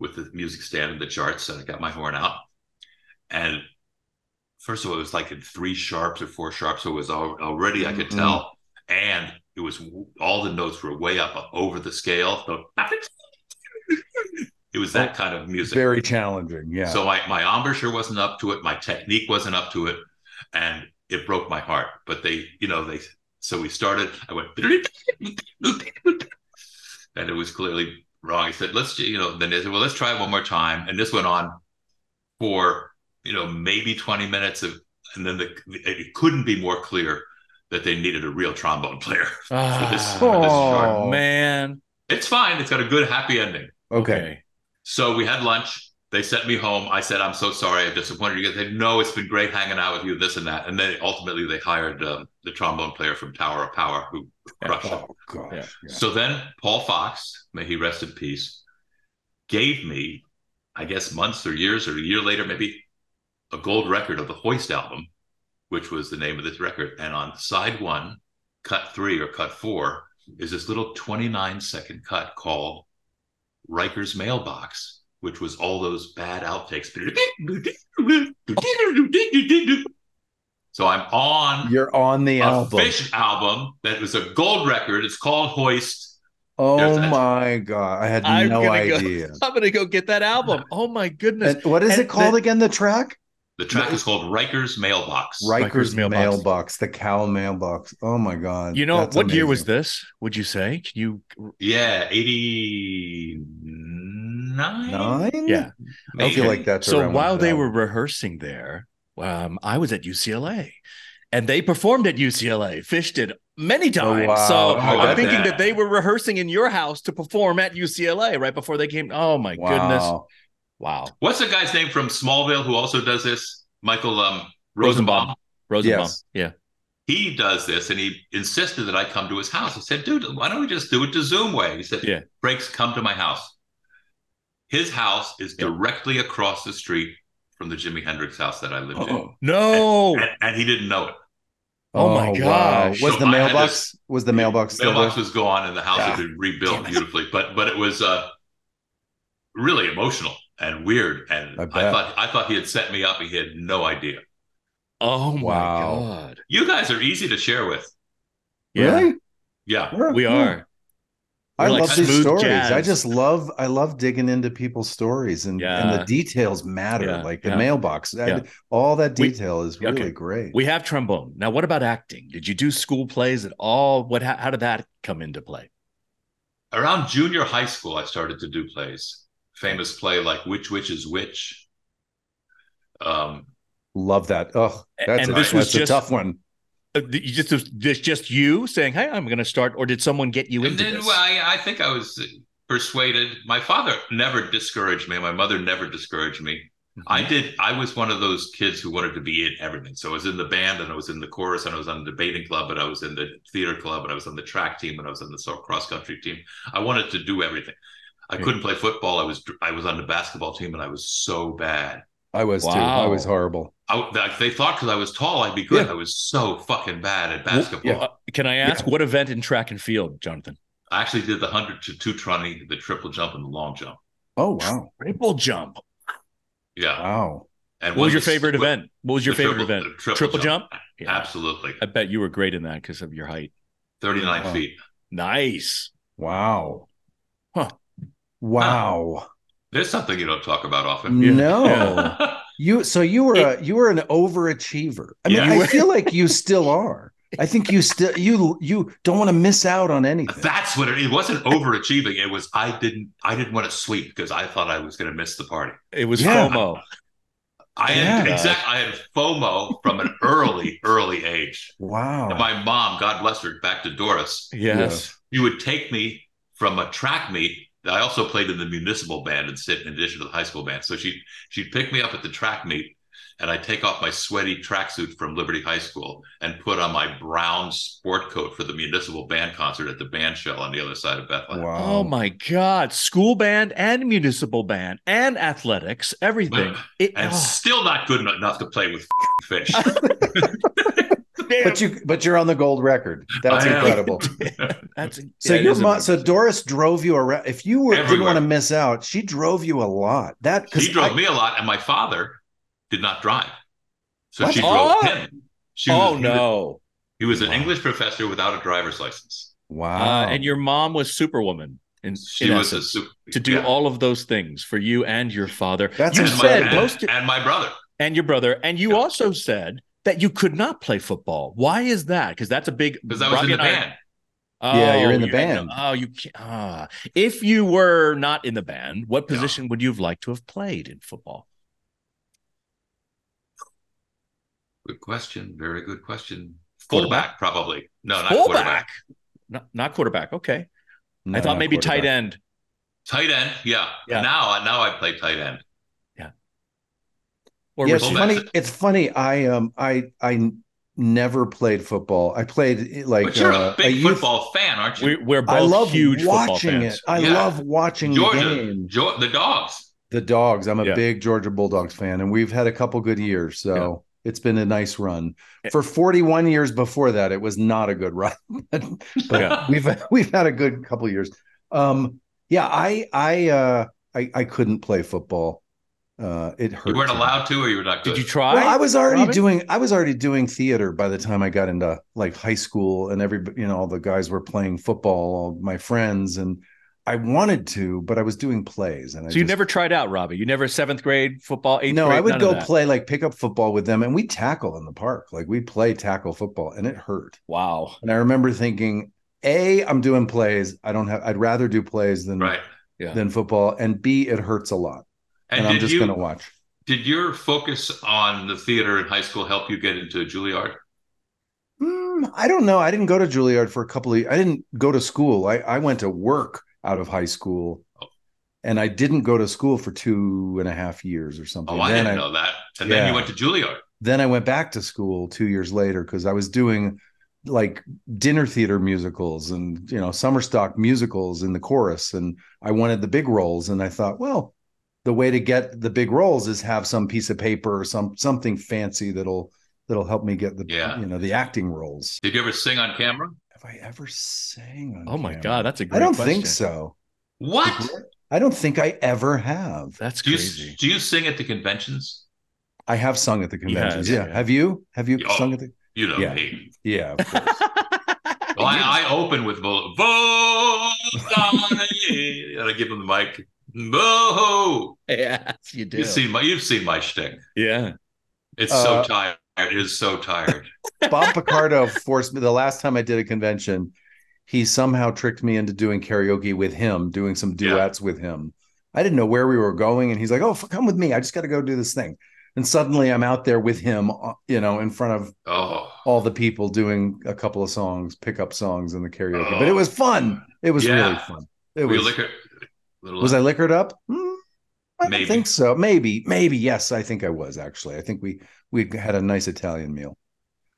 S3: with the music stand and the charts, and I got my horn out. And first of all, it was like in three sharps or four sharps, so it was al- already I could
S2: Mhm.
S3: tell, and it was w- all the notes were way up uh, over the *laughs* scale. So- it was that kind of music.
S2: Very challenging. Yeah.
S3: So my my embouchure wasn't up to it, my technique wasn't up to it, and it broke my heart. But they, you know, they so we started. I went, and it was clearly wrong. I said, let's, ju- you know, then they said, well, let's try it one more time, and this went on for you know maybe twenty minutes of, and then the, it couldn't be more clear that they needed a real trombone player. *laughs*
S1: Ah,
S3: So this-
S2: Oh,
S1: man.
S3: It's fine. It's got a good happy ending.
S2: okay.
S3: So we had lunch. They sent me home. I said, I'm so sorry. I disappointed you guys. They said, no, it's been great hanging out with you, this and that. And then ultimately they hired um, the trombone player from Tower of Power who crushed it.
S2: Oh gosh.
S1: Yeah.
S2: yeah.
S3: So then Paul Fox, may he rest in peace, gave me, I guess, months or years or a year later, maybe a gold record of the Hoist album, which was the name of this record. And on side one, cut three or cut four, is this little 29 second cut called Riker's Mailbox, which was all those bad outtakes. So I'm on
S2: You're on the
S3: a
S2: album.
S3: Fish album that was a gold record. It's called Hoist.
S2: Oh
S3: There's that.
S2: my god. I had
S1: I'm
S2: no
S1: gonna go- *laughs*
S2: idea.
S1: I'm gonna go get that album. Oh my goodness.
S2: And what is
S1: And
S2: it called
S1: the-
S2: again? The track?
S3: The track is called Riker's Mailbox.
S2: Riker's,
S1: Riker's
S2: mailbox.
S1: Mailbox.
S2: the cow mailbox. Oh my god.
S1: You know
S2: That's
S1: what year was
S2: amazing.
S1: this? Would you say? Can you?
S3: Yeah, 89, nine.
S2: Nine?
S1: Yeah.
S2: I feel
S3: Maybe.
S2: like Mm. that's
S1: so
S2: around
S1: while
S2: what
S1: they
S2: that-
S1: were rehearsing there, um, I was at UCLA, and they performed at UCLA. Fish did many times.
S2: wow.
S1: So
S2: Oh,
S1: I'm
S3: I bet
S1: thinking
S3: that.
S1: that they were rehearsing in your house to perform at UCLA right before they came. Oh my goodness!
S2: Wow.
S1: Wow,
S3: What's the guy's name from Smallville who also does this? Michael um,
S1: Rosenbaum.
S3: Rosenbaum.
S1: Rosenbaum.
S2: Yes.
S1: Yeah,
S3: He does this, and he insisted that I come to his house. I said, "Dude, why don't we just do it the Zoom way?" He said,
S1: Yeah.
S3: "Breaks, come to my house." His house is
S1: Yeah.
S3: directly across the street from the Jimi Hendrix house that I lived in,
S1: no,
S3: and, and he didn't know it.
S1: Oh my gosh.
S2: Was
S3: So
S2: the
S3: I had
S2: mailbox
S3: this-
S2: was the mailbox still
S3: mailbox
S2: there?
S3: was gone and the house
S1: Ah,
S3: had been rebuilt
S1: damn it.
S3: beautifully but but it was uh really emotional and weird and
S2: I
S3: I,
S2: bet.
S3: thought i thought he had set me up and he had no idea
S1: oh my
S2: Wow.
S1: god,
S3: you guys are easy to share with
S1: yeah,
S2: Really?
S3: yeah
S2: We're-
S1: we
S2: yeah.
S1: are.
S2: I
S1: We're like
S2: love these
S1: smooth
S2: stories.
S1: jazz.
S2: I just love I love digging into people's stories and, and
S1: Yeah.
S2: the details matter.
S1: Yeah,
S2: Like the
S1: yeah.
S2: mailbox. that-
S1: Yeah.
S2: All that
S1: We-
S2: detail is
S1: okay.
S2: really great.
S1: We have trombone now. What about acting? Did you do school plays at all? What? How, how did that come into play?
S3: around junior high school i started to do plays famous play like which witch is which um
S2: love that. Oh, that's,
S1: and
S2: a,
S1: this was
S2: that's
S1: just-
S2: a tough one.
S1: Uh, you just this just you saying, "Hey, I'm going to start," or did someone get you
S3: and
S1: into
S3: then
S1: this?
S3: well, I, I think i was persuaded my father never discouraged me my mother never discouraged me
S1: Mm-hmm.
S3: I did. I was one of those kids who wanted to be in everything. So I was in the band, and I was in the chorus, and I was on the debating club, and I was in the theater club, and I was on the track team, and I was on the cross country team. I wanted to do everything. I
S1: Yeah.
S3: couldn't play football. I was I was on the basketball team, and I was so bad.
S2: I was too. I was
S1: Wow.
S2: horrible.
S3: I, like, they thought because I was tall, I'd be good.
S2: Yeah.
S3: I was so fucking bad at
S1: Well,
S3: basketball.
S1: uh, can I ask what event in track and field, Jonathan?
S3: I actually did the hundred to two twenty, the triple jump, and the long jump.
S2: Oh wow.
S1: Triple jump.
S3: Yeah.
S2: Wow.
S3: And
S1: What was
S3: one
S1: your
S3: of the-
S1: favorite
S3: the
S1: event? What was your favorite
S3: triple-
S1: event?
S3: the
S1: Triple jump. Yeah.
S3: Absolutely,
S1: I bet you were great in that because of your height.
S3: thirty nine
S2: Wow.
S3: feet.
S1: Nice.
S2: Wow.
S1: Huh. *laughs*
S2: Wow.
S3: There's something you don't talk about often.
S2: No.
S3: Yeah.
S2: You so you were a you were an overachiever. I mean,
S3: Yeah.
S2: I feel like you still are. I think you still you you don't want to miss out on anything.
S3: That's what it, it wasn't overachieving. It was I didn't I didn't want to sleep because I thought I was going to miss the party.
S1: It was
S2: Yeah.
S1: FOMO.
S3: I had
S1: Yeah.
S3: exact I had FOMO from an early early age.
S2: wow.
S3: My mom, God bless her, back to Doris.
S1: Yes.
S3: She would take me from a track meet. I also played in the municipal band and sit in addition to the high school band. So she she'd pick me up at the track meet and I'd take off my sweaty tracksuit from Liberty High School and put on my brown sport coat for the municipal band concert at the band shell on the other side of Bethlehem.
S2: wow.
S1: Oh my God. School band and municipal band and athletics, everything. It,
S3: and
S1: oh,
S3: still not good enough to play with *laughs*
S1: *laughs*
S3: fish.
S1: damn.
S2: But you but you're on the gold record. That's
S3: I am.
S2: incredible.
S1: That's,
S2: *laughs* So
S1: yeah, it
S2: your
S1: is
S2: mom, so
S1: amazing.
S2: Doris drove you around. If you were didn't
S3: Everywhere.
S2: want to miss out, she drove you a lot. That because
S3: she drove me a lot, and my father did not drive, so
S2: What?
S3: she drove
S1: Oh.
S3: him. She
S1: Oh,
S3: was-
S1: no.
S3: he was, he was an
S2: Wow.
S3: English professor without a driver's license.
S2: Wow.
S1: Uh, and your mom was Superwoman. In,
S3: She
S1: in
S3: was
S1: essence.
S3: a super,
S1: to do
S3: yeah.
S1: all of those things for you and your father.
S2: That's
S1: you
S3: and my,
S1: said
S2: incredible.
S1: most
S3: and, and my brother.
S1: and your brother, and you
S3: Yeah.
S1: also said that you could not play football. Why is that? Because that's a big.
S3: Because I was
S1: Rocky
S3: in the
S1: and I-
S3: band.
S1: Oh,
S2: Yeah, you're in the
S1: you had no-
S2: band.
S1: oh, you. Can't, ah. If you were not in the band, what position would you have liked to have played in football?
S3: Good question. Very good question. Fullback, probably. No, not
S1: Fullback.
S3: quarterback.
S1: Not, not quarterback. Okay,
S2: No,
S1: I thought
S2: not
S1: maybe tight
S2: quarterback.
S1: end.
S3: Tight end. Yeah.
S1: Yeah.
S3: Now, uh, now I play tight end.
S1: Or
S2: Yeah,
S1: yeah,
S2: it's
S3: receiver.
S2: funny. It's funny. I um I I n- never played football. I played like
S3: but you're
S2: uh,
S3: a big
S2: youth-
S3: football fan, aren't you?
S1: we, we're both
S2: I love
S1: huge football
S2: watching
S1: fans.
S2: it. I
S3: Yeah.
S2: love watching the
S3: Georgia,
S2: game.
S3: Geor- the dogs.
S2: The dogs. I'm a
S1: Yeah.
S2: big Georgia Bulldogs fan, and we've had a couple good years. So it's been a nice run.
S1: Eh.
S2: For 41 years before that, it was not a good run. *laughs* but
S1: *laughs* Yeah.
S2: we've we've had a good couple years. Um, yeah, I I uh I, I couldn't play football. Uh, it
S3: *laughs*
S2: hurt.
S3: You weren't
S2: to me.
S3: allowed to, or you were not good.
S1: Did you try?
S2: Well, I was already
S1: Robin?
S2: doing I was already doing theater by the time I got into like high school and every you know all the guys were playing football, all my friends and I wanted to, but I was doing plays and I
S1: so you
S2: just-
S1: never tried out, Robbie. You never seventh grade football, eighth
S2: No,
S1: grade.
S2: I would
S1: none of
S2: go
S1: that?
S2: play like pickup football with them and we tackle in the park. Like we play tackle football and it hurt.
S1: Wow.
S2: And I remember thinking, "A, I'm doing plays. I don't have I'd rather do plays than
S3: Right.
S1: Yeah.
S2: than football, and B, it hurts a lot. And, I'm
S3: did
S2: just
S3: you
S2: going to watch.
S3: did your focus on the theater in high school help you get into Juilliard?
S2: Mm, I don't know. I didn't go to Juilliard for a couple of. I didn't go to school. I I went to work out of high school,
S3: Oh.
S2: and I didn't go to school for two and a half years or something.
S3: Oh, I
S2: Then
S3: didn't know that. And then
S2: Yeah.
S3: you went to Juilliard.
S2: then I went back to school two years later because I was doing like dinner theater musicals and you know summer stock musicals in the chorus, and I wanted the big roles. And I thought, well, the way to get the big roles is have some piece of paper or some something fancy that'll that'll help me get the
S3: Yeah.
S2: you know the acting roles.
S3: Did you ever sing on camera?
S2: Have I ever sang on?
S1: Oh my
S2: camera?
S1: god, that's a great.
S2: I don't
S1: question.
S2: think so.
S3: What?
S2: I don't think I ever have.
S1: That's
S3: Do you
S1: crazy.
S3: *laughs* do you sing at the conventions?
S2: I have sung at the conventions.
S1: yeah,
S2: yeah.
S1: yeah.
S2: Have you? Have you
S3: Yeah.
S2: sung at the?
S3: You know
S2: Yeah.
S3: me.
S2: *laughs* Yeah. Of course.
S3: Well, I, I open with Vol- *laughs* Volare, and I give him the mic. Bo!
S1: yes, you do.
S3: You've seen my you've seen my shtick.
S1: yeah.
S3: It's
S2: Uh,
S3: so tired. It is so tired.
S2: Bob Picardo forced me the last time I did a convention, he somehow tricked me into doing karaoke with him, doing some
S3: Yeah.
S2: duets with him. I didn't know where we were going, and he's like, "Oh, f- come with me. I just got to go do this thing." And suddenly, I'm out there with him, uh, you know, in front of
S3: Oh,
S2: all the people doing a couple of songs, pickup songs in the karaoke. But it
S3: Oh.
S2: was fun. It was
S3: Yeah.
S2: really fun. It
S3: we
S2: was.
S3: liquor. Little, *laughs*
S2: was I liquored up? Hmm, I
S3: Maybe.
S2: don't think so. Maybe, maybe yes. I think I was actually. I think we we had a nice Italian meal.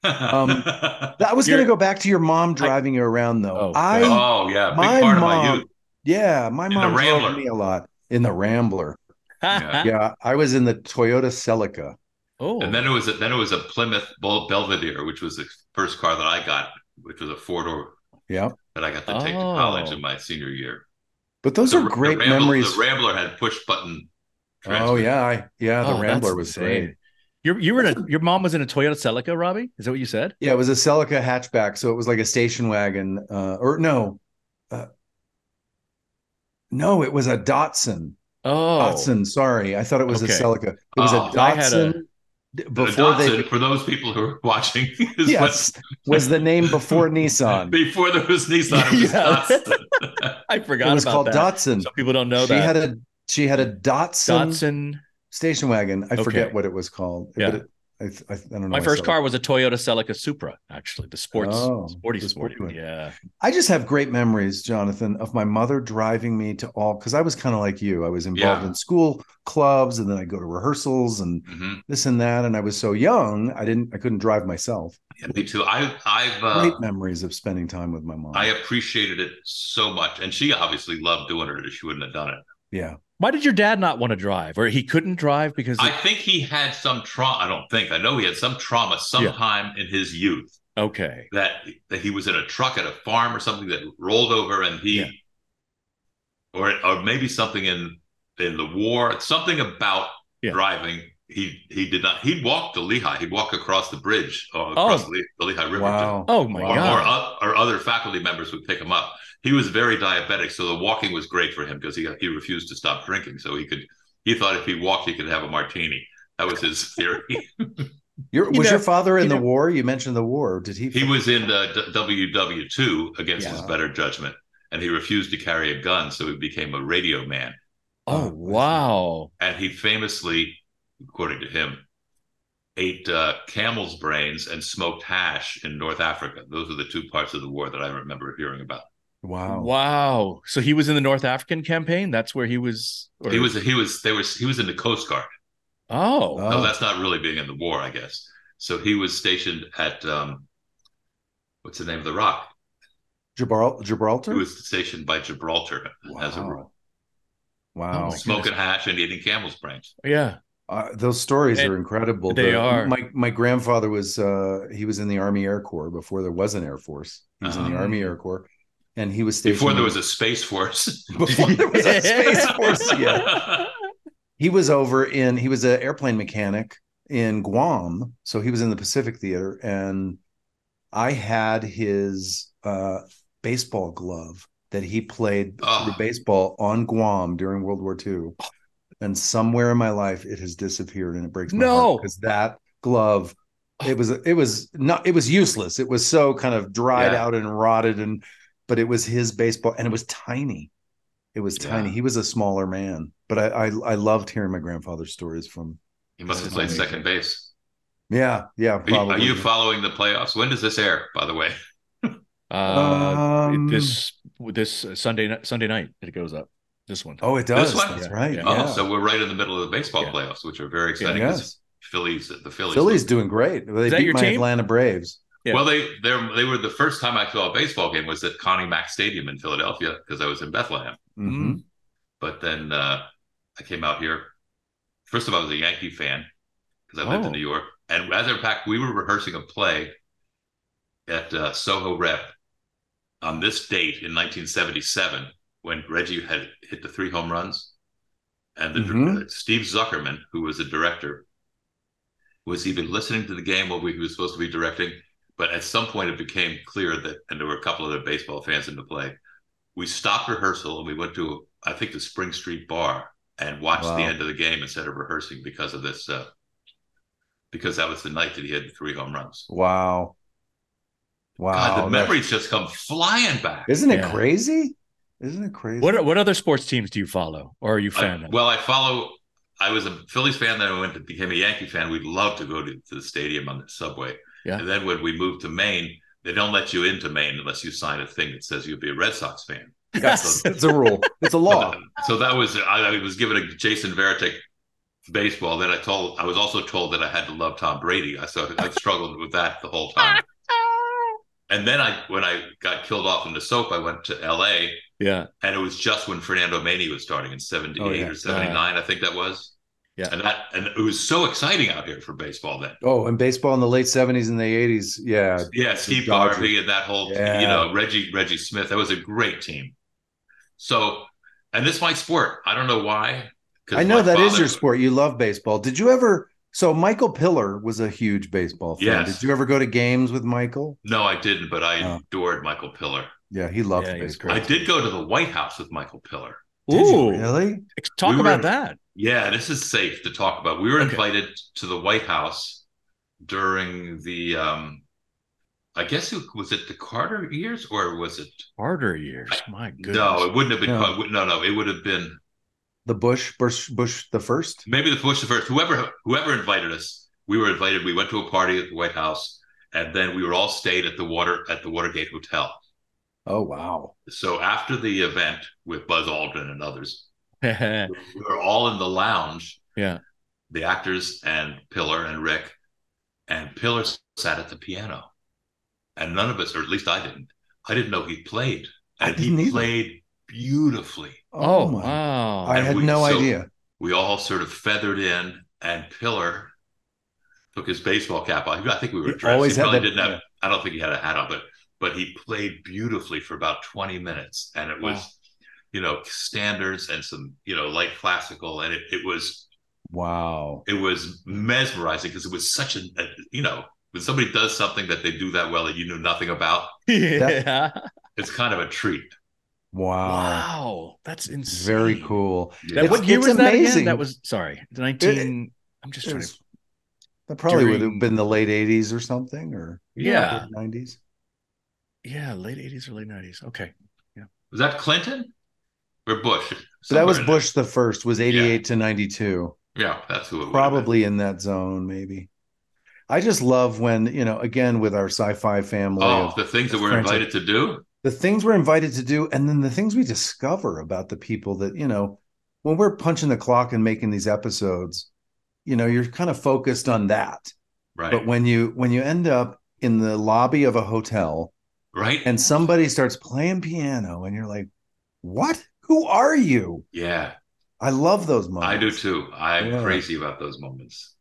S2: um, I was going to
S1: You're-
S2: go back to your mom driving you around
S1: Oh,
S2: though. I
S3: oh yeah, big
S2: my
S3: part of my
S2: mom-
S3: youth.
S2: yeah, my
S3: the
S2: mom drove
S3: Rambler.
S2: me a lot in the Rambler.
S3: *laughs* Yeah.
S2: Yeah, I was in the Toyota Celica.
S1: *laughs* Oh.
S3: And then it was a, then it was a Plymouth Bel- Belvedere, which was the first car that I got, which was a four door
S2: Yeah,
S3: that I got to take to
S1: Oh.
S3: college in my senior year.
S2: but those
S3: The-
S2: are
S3: the
S2: great
S3: Rambler-
S2: memories.
S3: The Rambler had push button.
S2: oh yeah, I, yeah, the
S1: Oh,
S2: Rambler
S1: that's
S2: was
S1: insane.
S2: great.
S1: You're, you were in a, your mom was in a Toyota Celica, Robbie. Is that what you said?
S2: Yeah, it was a Celica hatchback, so it was like a station wagon, uh, or no, uh, no, it was a Datsun.
S1: Oh,
S2: Datsun, sorry, I thought it was
S1: Okay.
S2: a Celica. It was
S3: Oh,
S2: a
S1: I had a-
S2: Datsun d-
S3: The
S2: before
S3: Datsun,
S2: they.
S3: for those people who are *laughs* watching, is
S2: Yes, was the
S3: *laughs*
S2: name before
S3: what,
S2: Nissan.
S3: before there was Nissan, it
S2: *laughs*
S3: was
S1: Yeah.
S3: Datsun.
S1: I
S2: It
S1: forgot
S2: was
S1: about
S2: called
S1: that.
S2: Datsun.
S1: Some people don't know
S2: she
S1: that.
S2: had a she had a Datsun,
S1: Datsun.
S2: station wagon. I
S1: Okay.
S2: forget what it was called.
S1: Yeah.
S2: But it, I, th- I, th- I don't know.
S1: My
S2: I
S1: first
S2: saw
S1: car was a Toyota Celica Supra, actually, the sports,
S2: Oh,
S1: sporty,
S2: the sporty
S1: sporty,
S2: one.
S1: yeah.
S2: it. I just have great memories, Jonathan, of my mother driving me to all because I was kind of like you. I was involved
S3: Yeah.
S2: in school clubs, and then I go to rehearsals and
S3: Mhm.
S2: this and that. And I was so young, I didn't, I couldn't drive myself.
S3: Yeah, me too. I, I've uh,
S2: great memories of spending time with my mom.
S3: I appreciated it so much, and she obviously loved doing it, or she wouldn't have done it.
S2: yeah,
S1: Why did your dad not want to drive, or he couldn't drive because?
S3: I think he had some trauma. I don't think I know he had some trauma sometime in his youth
S1: okay,
S3: that that he was in a truck at a farm or something that rolled over and he
S1: Yeah.
S3: or or maybe something in in the war something about
S1: Yeah.
S3: driving he he did not he'd walk to lehigh he'd walk across the bridge uh, across
S1: Oh.
S3: the, Le- the lehigh river
S2: wow.
S1: oh my
S3: to-
S2: Wow.
S3: or, or,
S1: god,
S3: o- or other faculty members would pick him up he was very diabetic so the walking was great for him because he he refused to stop drinking so he could he thought if he walked he could have a martini that was his theory
S2: Your,
S1: You
S2: was your
S1: know-
S2: father in
S1: you
S2: the
S1: know-
S2: war? You mentioned the war. Did he?
S3: He was in uh, D- WW2 against his
S2: Yeah.
S3: better judgment, and he refused to carry a gun, so he became a radio man.
S1: oh wow,
S3: And he famously, according to him, ate uh, camel's brains and smoked hash in North Africa. Those are the two parts of the war that I remember hearing about.
S2: wow.
S1: wow, So he was in the North African campaign. That's where he was. or-
S3: He was he was they were he was in the Coast Guard.
S1: Oh,
S2: Oh.
S3: No, that's not really being in the war, I guess. So he was stationed at um, what's the name of the rock?
S2: Gibral-
S3: He
S2: Gibraltar.
S3: was stationed by
S2: Oh
S3: Gibraltar as a
S2: wow. Wow.
S1: Oh,
S3: smoking hash and eating camel's brains.
S1: yeah.
S2: Uh, those stories
S1: And
S2: are incredible.
S1: they are.
S2: My my grandfather was uh, he was in the Army Air Corps before there was an Air Force. He was in the
S3: Um,
S1: Ah.
S2: Army Air Corps, and he was stationed
S3: before there was a space force. *laughs*
S2: *laughs* before there was
S1: *laughs*
S2: a space force. Yeah,
S3: yeah.
S2: he was over in he was an airplane mechanic in Guam, so he was in the Pacific Theater, and I had his uh, baseball glove that he played
S3: Oh.
S2: through baseball on Guam during World War II. And somewhere in my life, it has disappeared, and it breaks my
S1: No.
S2: because that glove, it was it was not it was useless. It was so kind of dried
S3: Yeah.
S2: out and rotted, and but it was his baseball, and it was tiny. It was
S3: Yeah.
S2: tiny. He was a smaller man, but I, I I loved hearing my grandfather's stories from.
S3: He must have
S2: That's
S3: played
S2: amazing.
S3: second base.
S2: Yeah, yeah,
S3: Are you,
S2: probably.
S3: are you following the playoffs? When does this air, by the way?
S1: Uh,
S2: Um,
S1: this this uh, Sunday ni- Sunday night it goes up. This one.
S2: Oh, it does.
S3: one?
S2: That's
S1: Yeah.
S2: right.
S1: Yeah.
S3: Oh, *laughs* so we're right in the middle of the baseball
S1: Yeah.
S3: playoffs, which are very exciting.
S2: Yeah.
S3: 'cause Phillies, the Phillies.
S2: Philly's doing great. They
S1: Is that
S2: beat
S1: your
S2: my
S1: team?
S2: Atlanta Braves.
S1: Yeah.
S3: Well, they they they were the first time I saw a baseball game was at Connie Mack Stadium in Philadelphia because I was in Bethlehem.
S1: Mm.
S2: Mhm.
S3: Mm-hmm. But then uh, I came out here. First of all, I was a Yankee fan because I lived
S1: Oh.
S3: in New York. And as a matter of fact, we were rehearsing a play at uh, Soho Rep on this date in 1977 when Reggie had hit the three home runs. And the,
S2: Mhm.
S3: uh, Steve Zuckerman, who was the director, was even listening to the game while he was supposed to be directing. But at some point, it became clear that, and there were a couple other baseball fans in the play. We stopped rehearsal and we went to, I think, the Spring Street Bar and watched the
S2: Wow.
S3: end of the game instead of rehearsing because of this, uh, because that was the night that he had the three home runs.
S2: Wow. Wow.
S3: God, the
S2: that-
S3: memories just come flying back.
S2: Isn't it
S1: Yeah.
S2: crazy? Isn't it crazy?
S1: What what other sports teams do you follow, or are you a
S3: I-
S1: fan of?
S3: well, I follow. I was a Phillies fan, then I went to became a Yankee fan. We'd love to go to, to the stadium on the subway.
S1: Yeah.
S3: And then when we moved to Maine, they don't let you into Maine unless you sign a thing that says you'll be a Red Sox fan.
S2: Yes, it's a rule. It's a
S3: *laughs*
S2: law.
S3: uh, So that was I, I was given a Jason Veritek baseball. Then I told I was also told that I had to love Tom Brady. I so I struggled with that the whole time. And then I when I got killed off in the soap, I went to L.A.
S1: yeah,
S3: and it was just when Fernando Maney was starting in '78
S2: Oh, yeah.
S3: or '79, I think that was.
S1: Yeah.
S3: and that and it was so exciting out here for baseball then.
S2: Oh, and baseball in the late seventies and the eighties. Yeah.
S3: Yeah, Steve
S2: Dodgers.
S3: Garvey and that whole
S2: Yeah.
S3: you know Reggie Reggie Smith. That was a great team. So, and this is my sport. I don't know why. 'cause
S2: I know
S3: my
S2: that is
S3: father-
S2: your sport. You love baseball. Did you ever so Michael Pillar was a huge baseball fan.
S3: Yes.
S2: Did you ever go to games with Michael?
S3: No, I didn't, but I
S2: Oh.
S3: adored Michael Pillar.
S2: Yeah, he loved
S1: Yeah, he was
S2: baseball.
S3: I did go to the White House with Michael Pillar.
S2: Did you
S1: ooh,
S2: really?
S1: talk
S3: We were-
S1: about that.
S3: Yeah, this is safe to talk about. We were
S1: Okay.
S3: invited to the White House during the, um, I guess it was it the Carter years or was it?
S1: Harder years, my goodness. *laughs*
S3: No, it wouldn't have been.
S2: No.
S3: Car- No, no, it would have been
S2: The Bush, Bush, Bush the first.
S3: maybe the Bush the first. Whoever whoever invited us, we were invited. We went to a party at the White House, and then we were all stayed at the water at the Watergate Hotel.
S2: Oh wow.
S3: So after the event with Buzz Aldrin and others,
S1: yeah,
S3: we were all in the lounge
S1: yeah.
S3: the actors and Pillar and Rick, and Pillar sat at the piano, and none of us, or at least I didn't, I didn't know he played,
S2: I
S3: and he
S2: didn't either.
S3: played beautifully.
S1: Oh,
S2: my.
S1: wow. *laughs*
S2: I
S3: And
S2: had
S3: we-
S2: no
S3: so-
S2: idea.
S3: We all sort of feathered in, and Pillar took his baseball cap off. I think we were
S2: He
S3: dressed. He
S2: always had
S3: probably
S2: that-
S3: didn't have. I don't think he had a hat on, but but he played beautifully for about twenty minutes, and it was.
S1: Wow.
S3: You know standards and some you know light classical, and it, it was
S2: Wow.
S3: it was mesmerizing because it was such a, a- you know when somebody does something that they do that well that you knew nothing about
S1: yeah.
S3: it's kind of a treat
S2: Wow.
S1: Wow, that's insane.
S2: Very cool.
S1: That,
S2: It's-
S1: what year
S2: it's
S1: was that again?
S2: amazing.
S1: That was sorry, nineteen. I'm just
S2: It
S1: trying.
S2: was-
S1: to,
S2: that probably would
S1: during-
S2: have been the late 80s or something or
S1: Yeah.
S2: 90s.
S1: yeah, late eighties, early nineties. Okay.
S3: was that clinton or bush
S2: So that was
S3: Somewhere in
S2: Bush the first was 88 to 92.
S3: there. yeah that's who it would've
S2: Probably in that zone maybe. I just love when, you know, again with our sci-fi
S3: been.
S2: family
S3: oh
S2: of
S3: the things that we're
S2: Frantic.
S3: invited to do
S2: the things we're invited to do and then the things we discover about the people that, you know, when we're punching the clock and making these episodes, you know, you're kind of focused on that.
S3: right
S2: But when you when you end up in the lobby of a hotel
S3: right
S2: and somebody starts playing piano and you're like what who are you
S3: yeah
S2: i love those moments
S3: i do too i'm
S2: Yeah.
S3: crazy about those moments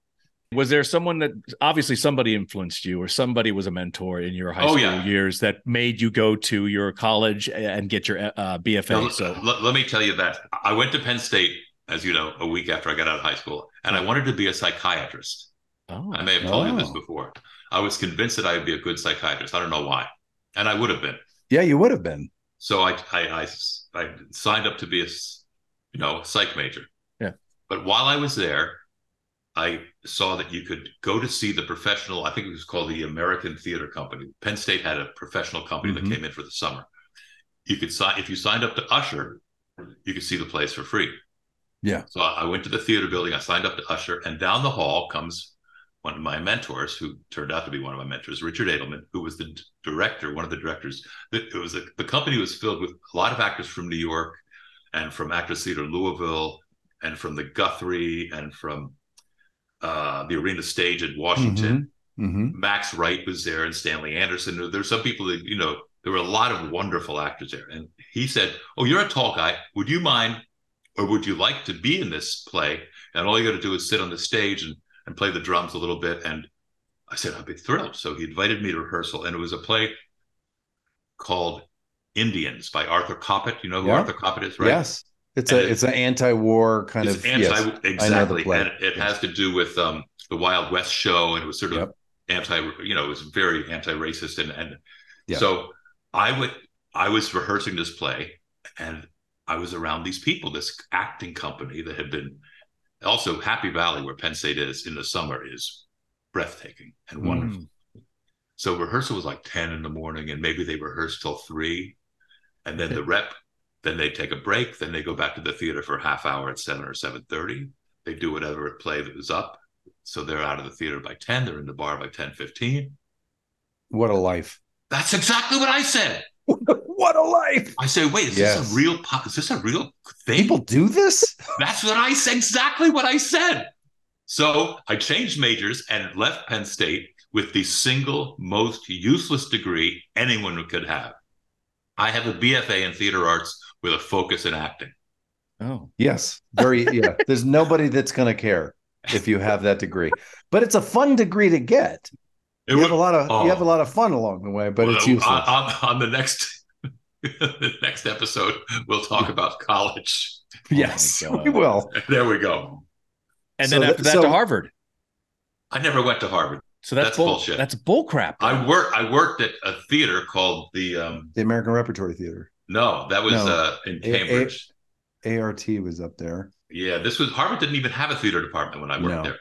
S1: Was there someone that obviously somebody influenced you, or somebody was a mentor in your high
S3: Oh,
S1: school
S3: yeah.
S1: years that made you go to your college and get your uh,
S3: Now,
S1: BFA?
S3: l-
S1: So
S3: l- let me tell you that i went to penn state as you know a week after i got out of high school and i wanted to be a psychiatrist
S1: oh,
S3: I may have told you this
S2: Oh.
S3: before. I was convinced that I would be a good psychiatrist. I don't know why, and I would have been.
S2: yeah you would have been
S3: So I I, I, I signed up to be a s- you know psych major.
S1: Yeah.
S3: But while I was there, I saw that you could go to see the professional. I think it was called the American Theater Company. Penn State had a professional company
S2: Mhm.
S3: that came in for the summer. You could sign if you signed up to usher. you could see the plays for free.
S2: Yeah.
S3: So I I went to the theater building. I signed up to usher, and down the hall comes one of my mentors, who turned out to be one of my mentors, Richard Edelman, who was the d- director, one of the directors. The- It was a, the company was filled with a lot of actors from New York, and from Actors Theater Louisville, and from the Guthrie, and from uh, the Arena Stage in Washington.
S2: hmm
S3: Max Wright was there and Stanley Anderson. There were some people that, you know, there were a lot of wonderful actors there. And he said, Oh, you're a tall guy. Would you mind or would you like to be in this play? And all you got to do is sit on the stage and, and play the drums a little bit. And I said, I'd be thrilled. So he invited me to rehearsal. And it was a play called Indians by Arthur Coppett. You know who
S2: Yeah.
S3: Arthur Coppett is, right?
S2: Yes, it's
S3: And
S2: a
S3: it-
S2: it's an anti-war kind
S3: It's
S2: of
S3: anti
S2: yes.
S3: exactly,
S2: play.
S3: and it
S2: Yes.
S3: has to do with um, the Wild West show, and it was sort of
S2: Yep.
S3: anti, you know, it was very anti-racist, and and
S2: Yeah.
S3: so I would I was rehearsing this play, and I was around these people, this acting company that had been also Happy Valley, where Penn State is in the summer, is breathtaking
S2: Mm-hmm.
S3: and wonderful.
S2: Mm.
S3: So rehearsal was like 10 in the morning, and maybe they rehearse till three. And then the rep, then they take a break, then they go back to the theater for a half hour at seven or seven thirty. They do whatever play that was up. So they're out of the theater by 10, they're in the bar by ten fifteen.
S2: What a life! *laughs*
S3: That's exactly what I said.
S2: what a life!
S3: I said, wait, is this
S2: Yes.
S3: a real po- is this a real thing?
S2: People do this.
S3: That's what I said. Exactly what I said. So I changed majors and left Penn State with the single most useless degree anyone could have. I have a BFA in theater arts with a focus in acting.
S1: Oh,
S2: Yes, very.
S3: *laughs*
S2: Yeah, there's nobody that's going to care if you have that degree, but it's a fun degree to get.
S3: It
S2: You have a
S3: was-
S2: lot of
S3: oh.
S2: you have a lot of fun along the way, but it's
S3: well, oh
S2: useless.
S3: on, on- on the next *laughs* the next episode, we'll talk about college. *laughs*
S2: yes,
S1: God.
S2: *laughs* we will.
S3: There we go.
S1: and
S2: So
S1: then
S2: that-
S1: after that
S2: so-
S1: to Harvard.
S3: I never went to Harvard.
S1: So that's,
S3: That's
S1: bull,
S3: bullshit.
S1: That's bullcrap.
S3: I worked. I worked at a theater called the. Um,
S2: The American Repertory Theater
S3: no, that was
S2: No.
S3: uh, in
S2: A- A-
S3: Cambridge.
S2: (ART) was up there.
S3: Yeah, this was Harvard didn't even have a theater department when I worked
S2: No.
S3: there.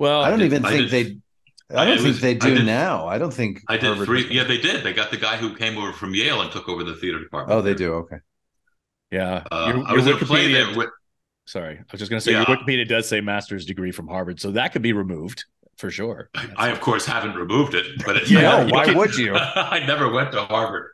S1: well,
S2: I don't
S3: did-
S2: even
S3: I did-
S2: think they. I
S3: I-
S2: don't
S3: it
S2: think
S3: was-
S2: they
S3: I
S2: do
S3: did-
S2: now. I don't think
S3: I did
S2: Harvard
S3: three.
S2: was-
S3: Yeah, they did. They got the guy who came over from Yale and took over the theater department.
S2: Oh, they do. Okay.
S1: yeah.
S3: Uh,
S1: Your-
S3: I was
S1: your
S3: in a play
S1: Wikipedia-
S3: there. With,
S1: Sorry, I was just going to say
S3: Yeah.
S1: your Wikipedia does say master's degree from Harvard, so that could be removed for sure.
S3: I of course haven't removed it,
S1: *laughs*
S3: but it,
S2: No, why would
S3: *laughs*
S2: you?
S3: I never went to Harvard.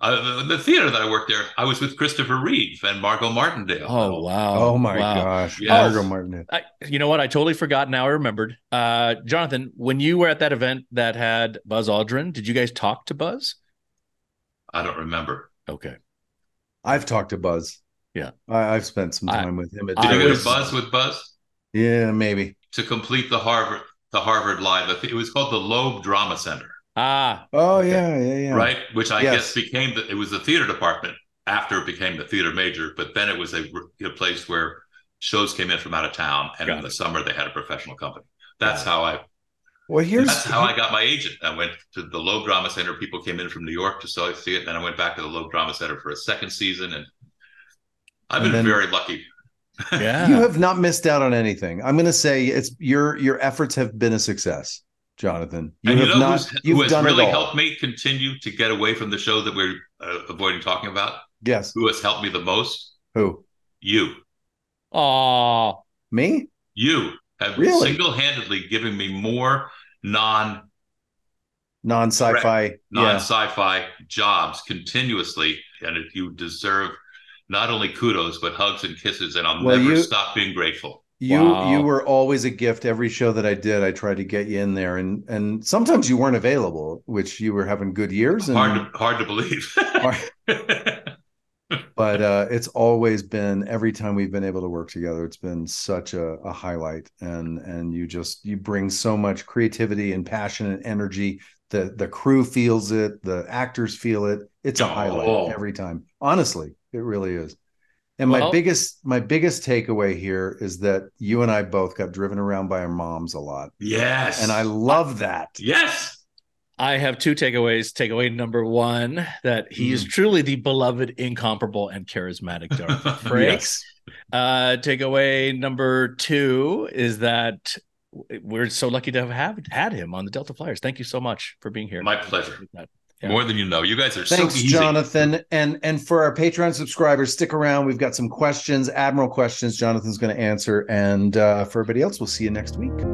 S3: Uh, the, the theater that I worked there, I was with Christopher Reeve and Margot Martindale.
S1: Oh wow!
S2: Oh my
S1: wow.
S2: gosh,
S3: Yes.
S2: Margot Martin.
S1: I, you know what? I totally forgot. Now I remembered. Uh, Jonathan, when you were at that event that had Buzz Aldrin, did you guys talk to Buzz?
S3: I don't remember.
S1: Okay.
S2: I've talked to Buz.
S1: Yeah.
S2: I, I've spent some
S1: I-
S2: time with him. At
S1: I
S3: Did you get
S1: was-
S3: a buzz with Buzz
S2: Yeah, maybe.
S3: to complete the Harvard the Harvard Live? I think It was called the Loeb Drama Center, *laughs*
S1: Ah,
S2: Oh
S1: Okay.
S2: yeah, yeah, yeah.
S3: right? Which I
S2: Yes.
S3: guess became the it was the theater department after it became the theater major, but then it was a, a place where shows came in from out of town, and
S1: Got
S3: in the
S1: it.
S3: summer they had a professional company. That's how I
S2: Well, here's
S3: that's how I got my agent. I went to the Loeb Drama Center. People came in from New York to saw- see it. Then I went back to the Loeb Drama Center for a second season, and I've
S2: And
S3: been
S2: then-
S3: very lucky.
S1: yeah.
S2: *laughs* you have not missed out on anything. I'm going to say it's your your efforts have been a success, Jonathan. You
S3: and
S2: have
S3: you know
S2: not.
S3: who's,
S2: You've
S3: who has
S2: done
S3: really
S2: it all.
S3: helped me continue to get away from the show that we're uh, avoiding talking about?
S2: Yes.
S3: Who has helped me the most?
S2: Who?
S3: You.
S1: Aw.
S2: Me?
S3: You have
S2: Really?
S3: single-handedly given me more non
S2: Non sci-fi.
S3: non
S2: Yeah.
S3: sci-fi jobs continuously and if you deserve not only kudos but hugs and kisses and i'll
S2: Well,
S3: never
S2: you-
S3: stop being grateful
S2: You
S1: Wow.
S2: you were always a gift. Every show that I did, I tried to get you in there, and and sometimes you weren't available, which you were having good years. And
S3: hard to hard to believe
S2: but uh, it's always been every time we've been able to work together it's been such a, a highlight and and you just you bring so much creativity and passion and energy the the crew feels it the actors feel it it's a highlight
S3: Oh.
S2: every time honestly it really is and my
S1: Well-
S2: biggest my biggest takeaway here is that you and i both got driven around by our moms a lot
S3: *laughs* yes
S2: and i love that *laughs*
S3: yes
S1: I have two takeaways. Takeaway number one that he
S2: Hmm.
S1: is truly the beloved, incomparable, and charismatic Jonathan Frakes. Uh, takeaway number two is that we're so lucky to have, have had him on the Delta Flyers. Thank you so much for being here.
S3: My pleasure.
S1: Yeah.
S3: More than you know. You guys are
S2: Thanks,
S3: so easy.
S2: Jonathan. And and for our Patreon subscribers, stick around. We've got some questions, Admiral questions. Jonathan's going to answer. And uh, for everybody else, we'll see you next week.